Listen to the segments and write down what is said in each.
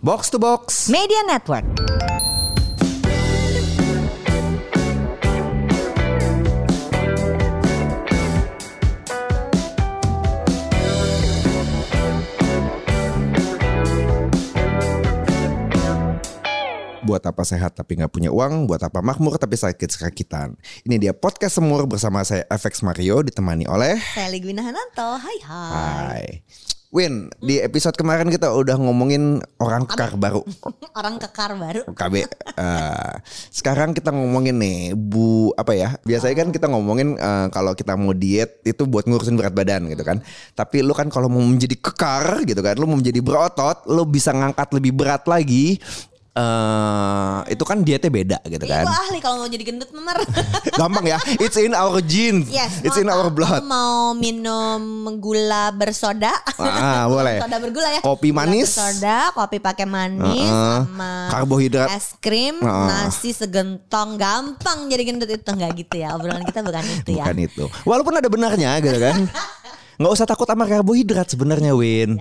Box to Box. Media Network. Buat apa sehat tapi nggak punya uang, buat apa makmur tapi sakit sekakitan. Ini dia podcast semur bersama saya FX Mario ditemani oleh Saya Ligwina Hananto. Hai hai. Hai. Win, di episode kemarin kita udah ngomongin orang kekar baru Orang kekar baru. KB. Eh, sekarang kita ngomongin nih Bu apa ya? Biasanya kan kita ngomongin eh, kalau kita mau diet itu buat ngurusin berat badan gitu kan. Tapi lu kan kalau mau menjadi kekar gitu kan, lu mau menjadi berotot, lu bisa ngangkat lebih berat lagi. eh itu kan dietnya beda gitu Ih, kan. gua ahli kalau mau jadi gendut bener. Gampang ya. It's in our genes. yes. It's in mau- our blood. Mau minum gula bersoda. Ah, boleh. soda bergula ya. Kopi Gula manis. bersoda, kopi pakai manis Heeh. sama Karbohidrat. es krim, Heeh. nasi segentong, gampang jadi gendut itu nggak gitu ya. Obrolan kita bukan itu ya. Bukan itu. Walaupun ada benarnya gitu kan. Nggak usah takut sama karbohidrat sebenarnya, Win.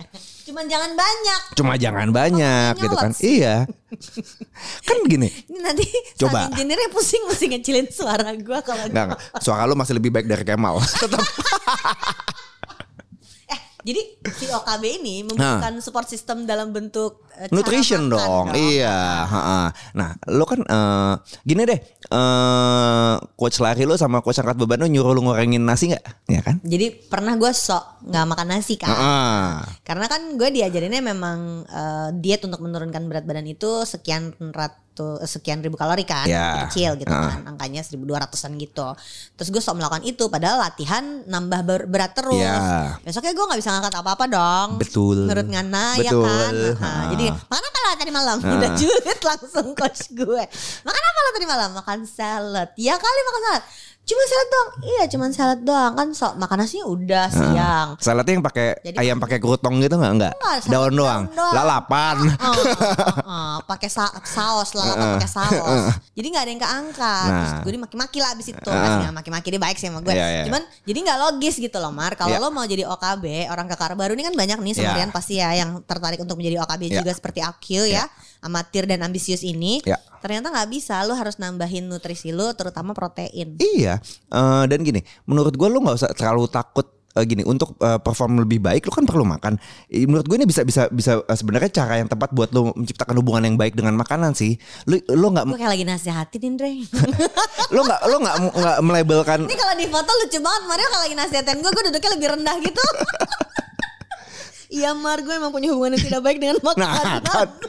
Cuman jangan banyak. Cuma jangan banyak Makanya gitu kan. lots. Iya. Kan gini. Ini nanti Coba. sound engineer-nya pusing mesti ngecilin suara gua kalau Enggak, enggak. Suara lu masih lebih baik dari Kemal. Tetap. Eh, jadi si OKB ini membutuhkan support system dalam bentuk eh, cara Nah. Nutrition makan dong. Iya. ha-ha. Nah, lu kan eh, gini deh. eh coach lari lu sama coach angkat beban lu nyuruh lu ngorengin nasi nggak? Ya kan? Jadi pernah gue sok nggak makan nasi kan? Ah, Karena kan gue diajarinnya memang eh, diet untuk menurunkan berat badan itu sekian ratus sekian ribu kalori kan, Ya. kecil gitu kan, angkanya 1200-an gitu. Terus gue sok melakukan itu padahal latihan nambah ber- berat terus. Ya. Besoknya gue nggak bisa ngangkat apa-apa dong. Betul. Menurut Ngana Betul. ya kan. Nah, Ah. Jadi makan apa lah tadi malam? Udah julid langsung coach gue. Makan apa lah tadi malam? Makan salad. Ya kali makan salad. Cuma salad doang. Iya, cuman salad doang kan sok makan nasinya udah siang. Saladnya yang pakai Jadi- ayam pakai kerutong gitu nggak? Enggak. Enggak, salad Daun doang. daun doang. Lalapan. Oh, oh, oh, pakai sa- saus lah, lalapan pakai saus. Jadi nggak ada yang keangkat. Terus Nah. gue dimaki-maki lah abis itu. Masih nggak maki-maki dia baik sih sama gue. Iya, iya. Cuman jadi nggak logis gitu loh Mar. Kalau Iya. lo mau jadi OKB, orang kakak baru ini kan banyak nih semarian pasti ya yang tertarik untuk menjadi OKB Iya. juga seperti AQ ya. Amatir dan ambisius ini Iya. ternyata nggak bisa. Lo harus nambahin nutrisi lo terutama protein. Iya, eh, dan gini, menurut gue lo nggak usah terlalu takut eh, gini untuk eh, perform lebih baik lo kan perlu makan. Eh, Menurut gue ini bisa bisa bisa eh, sebenarnya cara yang tepat buat lo menciptakan hubungan yang baik dengan makanan sih. Lo lo nggak Gue kayak lagi nasihatin Indre. lo nggak lo nggak nggak melabelkan Ini kalau di foto lucu banget Mario kalau lagi nasihatin gue Gue duduknya lebih rendah gitu Iya Mar gue emang punya hubungan yang tidak baik dengan nah makanan kan.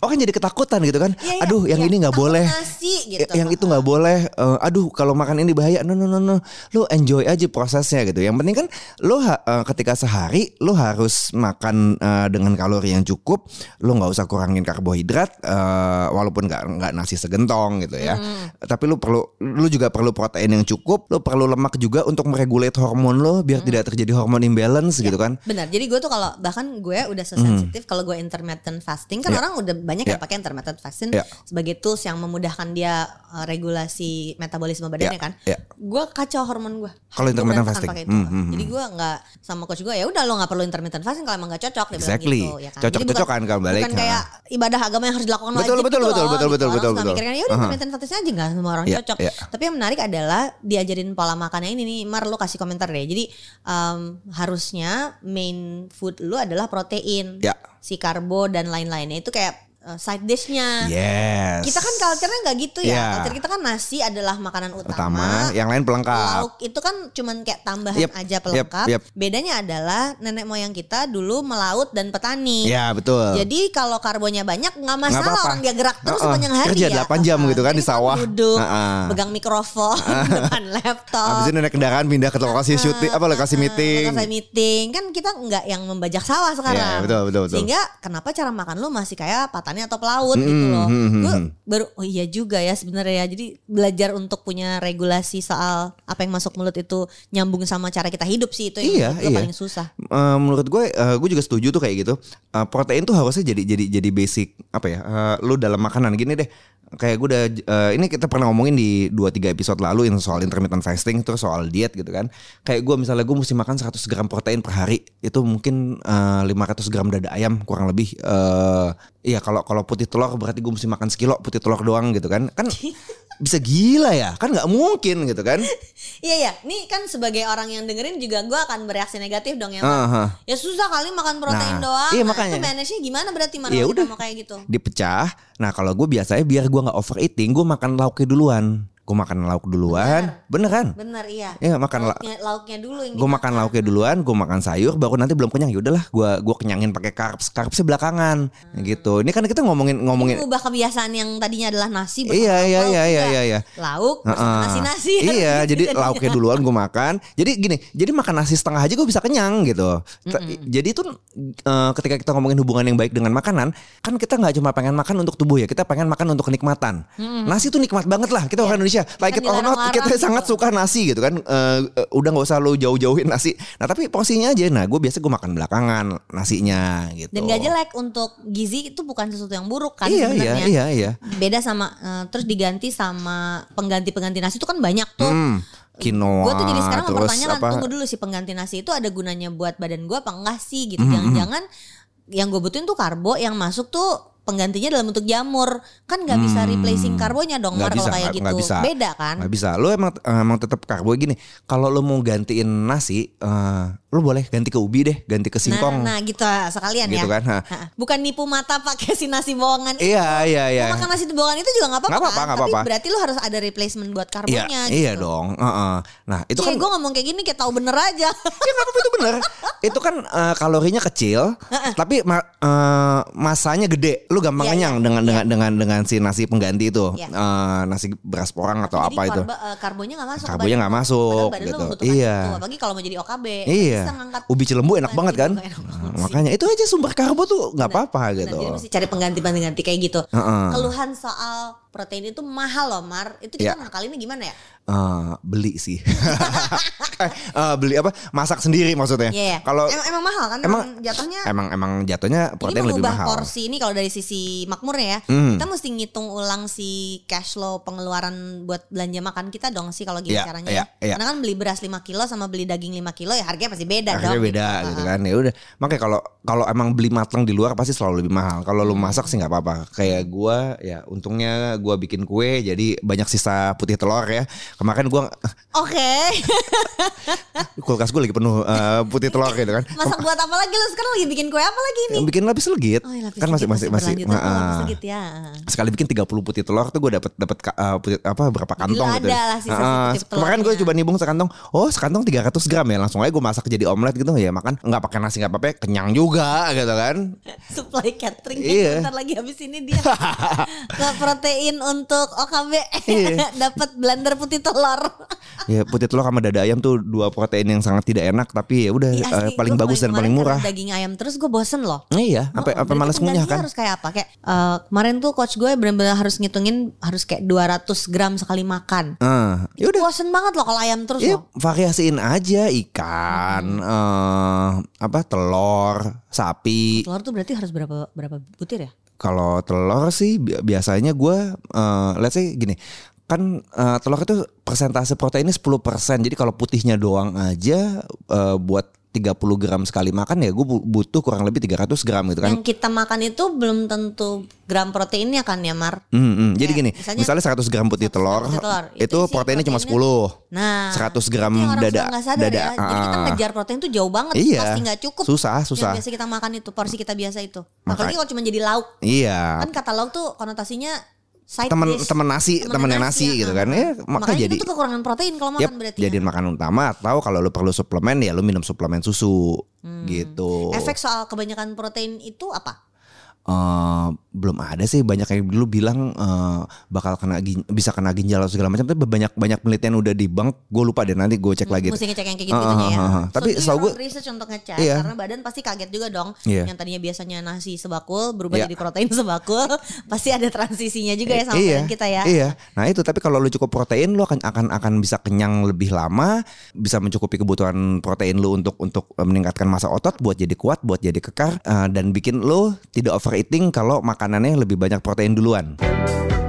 Oh kan jadi ketakutan gitu kan? Iya, iya, aduh, yang iya. ini nggak Takut boleh. nasi, gitu. Yang itu nggak boleh. Eh, aduh, kalau makan ini bahaya. No, no, no, no. Lo enjoy aja prosesnya gitu. Yang penting kan lo ha- eh, ketika sehari lo harus makan eh, dengan kalori yang cukup. Lo nggak usah kurangin karbohidrat, eh, walaupun nggak nggak nasi segentong gitu ya. Tapi lo perlu, lo juga perlu protein yang cukup. Lo perlu lemak juga untuk meregulate hormon lo biar tidak terjadi hormon imbalance Iya. gitu kan? Mhm. Benar jadi gue tuh kalau Bahkan gue udah sesensitif Kalau gue intermittent fasting Kan orang udah banyak yang Iya. pakai intermittent fasting Iya. Sebagai tools yang memudahkan dia eh, Regulasi metabolisme badannya Iya, kan iya. Gue kacau hormon gue Kalau Gue intermittent berantakan fasting. pakai itu. Hmm, hmm, Jadi gue gak Sama coach gue ya udah lo gak perlu intermittent fasting Kalau emang gak cocok dia bilang Exactly. gitu, ya kan? Jadi bukan- Cocok-cocokan kan balik. Bukan kayak ibadah agama yang harus dilakukan Betul, wajib betul, gitu betul, loh, betul, gitu. betul, Orang betul, suka betul. mikirnya, yaudah Aha. intermittent fasting aja nggak semua orang Iya, cocok. iya. Tapi yang menarik adalah diajarin pola makannya ini nih Mar lu kasih komentar deh. Jadi em, harusnya main food lu adalah protein. Iya. Si karbo dan lain-lainnya itu kayak eh, side dishnya. Yes. Kita kan culture-nya nggak gitu ya. Iya. Culture kita kan nasi adalah makanan utama. utama, yang lain pelengkap. Lauk itu kan cuman kayak tambahan Yep, aja pelengkap. yep, yep. Bedanya adalah nenek moyang kita dulu melaut dan petani. Ya betul. Jadi kalau karbonnya banyak nggak masalah Nggak apa-apa. orang dia gerak terus Heeh. sepanjang hari Kerja ya. 8 jam Heeh. gitu kan di Jadi kita sawah. Duduk, Heeh. pegang mikrofon, depan laptop. Abis itu naik kendaraan pindah ke lokasi syuting apa lokasi Heeh, meeting. ah, lokasi meeting kan kita nggak yang membajak sawah Iya, sekarang. betul, betul, betul. Sehingga kenapa cara makan lu masih kayak patani atau pelaut gitu loh. hmm, hmm, Gua baru oh iya juga ya sebenarnya ya. Jadi belajar untuk punya regulasi soal apa yang masuk mulut itu nyambung sama cara kita hidup sih itu Iya, yang menurut gua iya. paling susah. Eh, menurut gue, eh, gue juga setuju tuh kayak gitu. Eh, protein tuh harusnya jadi jadi jadi basic apa ya? eh, lu dalam makanan gini deh. Kayak gue udah eh, ini kita pernah ngomongin di 2-3 episode lalu in- soal intermittent fasting terus soal diet gitu kan. Kayak gue misalnya gue mesti makan 100 gram protein per hari itu mungkin eh, 500 gram dada ayam kurang lebih eh iya kalau kalau putih telur berarti gue mesti makan sekilo putih telur doang gitu kan kan bisa gila ya kan nggak mungkin gitu kan Iya ya, ini kan sebagai orang yang dengerin juga gue akan bereaksi negatif dong ya. Heeh. Ya susah kali makan protein Nah, doang. iya, Nah, makanya. Itu manage-nya gimana berarti mana Ya kita udah. mau kayak gitu. dipecah nah kalau gue biasanya biar gue nggak overeating gue makan lauknya duluan gue makan lauk duluan beneran Bener iya. ya makan la- Lauknya, lauknya dulu yang gue makan lauknya duluan, gue makan sayur, baru nanti belum kenyang. Yaudahlah, gue gua kenyangin pakai carbs, carbsnya belakangan, gitu. Ini kan kita ngomongin ngomongin, Mengubah kebiasaan yang tadinya adalah nasi bersama iya iya iya lauk iya juga. iya. iya. Lauk bersama Heeh. nasi-nasi. Iya, Gitu jadi jadinya. lauknya duluan gue makan. Jadi gini, jadi makan nasi setengah aja gue bisa kenyang gitu. T- Jadi itu eh, ketika kita ngomongin hubungan yang baik dengan makanan, kan kita nggak cuma pengen makan untuk tubuh ya, kita pengen makan untuk kenikmatan. Nasi tuh nikmat banget lah Iya. kita orang Indonesia. Like it or not, dilarang-larang kita gitu. sangat suka nasi gitu kan. Eh, eh, udah nggak usah lo jauh-jauhin nasi. Nah tapi porsinya aja. Nah gue biasa gue makan belakangan nasinya gitu. Dan gak jelek untuk gizi itu bukan sesuatu yang buruk kan Iya iya sebenarnya. iya iya. Beda sama eh, terus diganti sama pengganti-pengganti nasi itu kan banyak tuh. Hmm, quinoa. Gue tuh jadi sekarang terus mempertanyakan apa? tunggu dulu si pengganti nasi itu ada gunanya buat badan gue apa enggak sih Hmm, gitu. Jangan-jangan yang gue butuhin tuh karbo yang masuk tuh penggantinya dalam bentuk jamur. Kan nggak bisa replacing karbonya dong Hmm. Nggak Mar kalau bisa, kayak nggak- gitu. nggak bisa. Beda kan? Nggak bisa. Lo emang eh, emang tetap karbo gini. Kalau lo mau gantiin nasi, eh lo boleh ganti ke ubi deh, ganti ke singkong. Nah, nah gitu ah, sekalian gitu ya. kan. ha. Ha, Bukan nipu mata pakai si nasi bohongan. Iya, iya, iya. Mau makan nasi bohongan itu juga nggak apa-apa. Nggak apa-apa, kan? nggak Tapi apa-apa. berarti lu harus ada replacement buat Iya, karbonnya. iya gitu. Iya, dong. Heeh. Nah, itu Cie, kan gue ngomong kayak gini kayak tahu bener Ya aja. nggak apa-apa itu bener Itu kan eh, kalorinya kecil Tapi ma- eh, masanya gede Lu gampang Iya, kenyang dengan, dengan dengan dengan si nasi pengganti itu Iya. Eh, Nasi beras porang atau Jadi apa itu karbo- eh, karbonya nggak masuk. ke Karbonya badan nggak lu. masuk Padahal badan lu gitu membutuhkan Iya itu. Apalagi kalau mau jadi OKB. Iya. Bisa ngangkat. Ubi Cilembu enak Bukan banget gitu, kan? enak Nah, banget sih. makanya itu aja sumber karbo tuh nggak apa-apa Benar, gitu. Nah, Jadi mesti cari pengganti-pengganti kayak gitu. Heeh. Keluhan soal protein itu mahal loh Mar. Itu kita Iya. ngakalinnya gimana ya? Eh, beli sih. Eh, eh, beli apa? Masak sendiri maksudnya. Iya. iya. Eh, Kalau emang, emang mahal kan? emang- jatuhnya emang emang jatuhnya Ini protein lebih mengubah mahal. Hmm. porsi ini kalau dari sisi makmurnya ya. Kita mesti ngitung ulang si cash flow pengeluaran buat belanja makan kita dong sih kalau gini Iya, caranya. iya, ya. iya. Karena kan beli beras 5 kilo sama beli daging 5 kilo ya harganya pasti beda Akhirnya dong. beda gitu. gitu kan. Ya udah. Makanya kalau kalau emang beli matang di luar pasti selalu lebih mahal. Kalau Hmm. lu masak sih nggak apa-apa. Kayak gua ya untungnya gua bikin kue jadi banyak sisa putih telur ya. Kemarin gua eh, Oke. kulkas gua lagi penuh eh, putih telur gitu kan. Masak buat apa lagi lu sekarang lagi bikin kue apa lagi nih? Bikin lapis legit. Oh, ya, lapis Iya. kan masih legit masih masih, berlanjutan. Oh, lapis Ah. legit ya. sekali bikin 30 putih telur tuh gue dapat dapat eh, apa berapa kantong Gila gitu. ada lah sisa Heeh, putih telurnya. kemarin gue coba nimbung sekantong, oh sekantong 300 gram ya langsung aja gue masak jadi omelet gitu ya makan nggak pakai nasi nggak apa-apa kenyang juga gitu kan. Supply catering Iya. Bentar lagi habis ini dia Ke protein untuk OKB Iya. Dapat blender putih telur ya putih telur sama dada ayam tuh dua protein yang sangat tidak enak tapi ya udah Ih, asli, eh, paling Iya gua bagus dan paling kemarin-kemarin murah. karena Daging ayam terus gue bosen loh. Iya, sampai Oh, sampai berarti malas ngunyah penggantinya kan. harus kayak apa kayak eh, kemarin tuh coach gue benar-benar harus ngitungin harus kayak 200 gram sekali makan Heeh. ya udah bosen banget loh kalau ayam terus Iya, loh variasiin aja Hmm. ikan, eh, apa telur, sapi, telur tuh berarti harus berapa berapa butir ya kalau telur sih bi- biasanya gua eh, let's say gini kan eh, telur itu persentase proteinnya 10% jadi kalau putihnya doang aja eh, buat 30 gram sekali makan ya gue butuh kurang lebih 300 gram gitu kan yang kita makan itu belum tentu gram proteinnya kan ya Mar Hmm, hmm. jadi Kayak gini misalnya misalnya, 100 gram putih 100 gram telur, putih telur, itu, itu isi proteinnya cuma 10 proteinnya- nah 100 gram itu yang orang dada suka nggak sadar dada ya. jadi kita ah. ngejar protein tuh jauh banget Iya. pasti nggak cukup susah susah yang biasa kita makan itu porsi kita biasa itu Makanya- apalagi kalau cuma jadi lauk iya kan kata lauk tuh konotasinya side temen dish. temen nasi temennya nasi, ya, gitu ah. kan ya maka makanya jadi itu tuh kekurangan protein kalau makan Yap, berarti ya. jadiin makanan utama atau kalau lu perlu suplemen ya lu minum suplemen susu gitu. Hmm. efek soal kebanyakan protein itu apa Eh, belum ada sih banyak yang dulu bilang eh, bakal kena gin- bisa kena ginjal atau segala macam tapi banyak banyak penelitian udah dibang gue lupa deh nanti gue cek lagi. mesti ngecek yang kayak Ah, gitu gitunya ya ah, ah, ah. Tapi do your setahu own research untuk ngecek Iya. karena badan pasti kaget juga dong Iya. yang tadinya biasanya nasi sebakul Iya. berubah jadi protein sebakul pasti ada transisinya juga ya sama iya, badan kita ya Iya. Nah itu tapi kalau lu cukup protein lu akan akan akan bisa kenyang lebih lama, bisa mencukupi kebutuhan protein lu untuk untuk eh, meningkatkan massa otot buat jadi kuat, buat jadi kekar eh, dan bikin lu tidak overeating kalau makanannya lebih banyak protein duluan.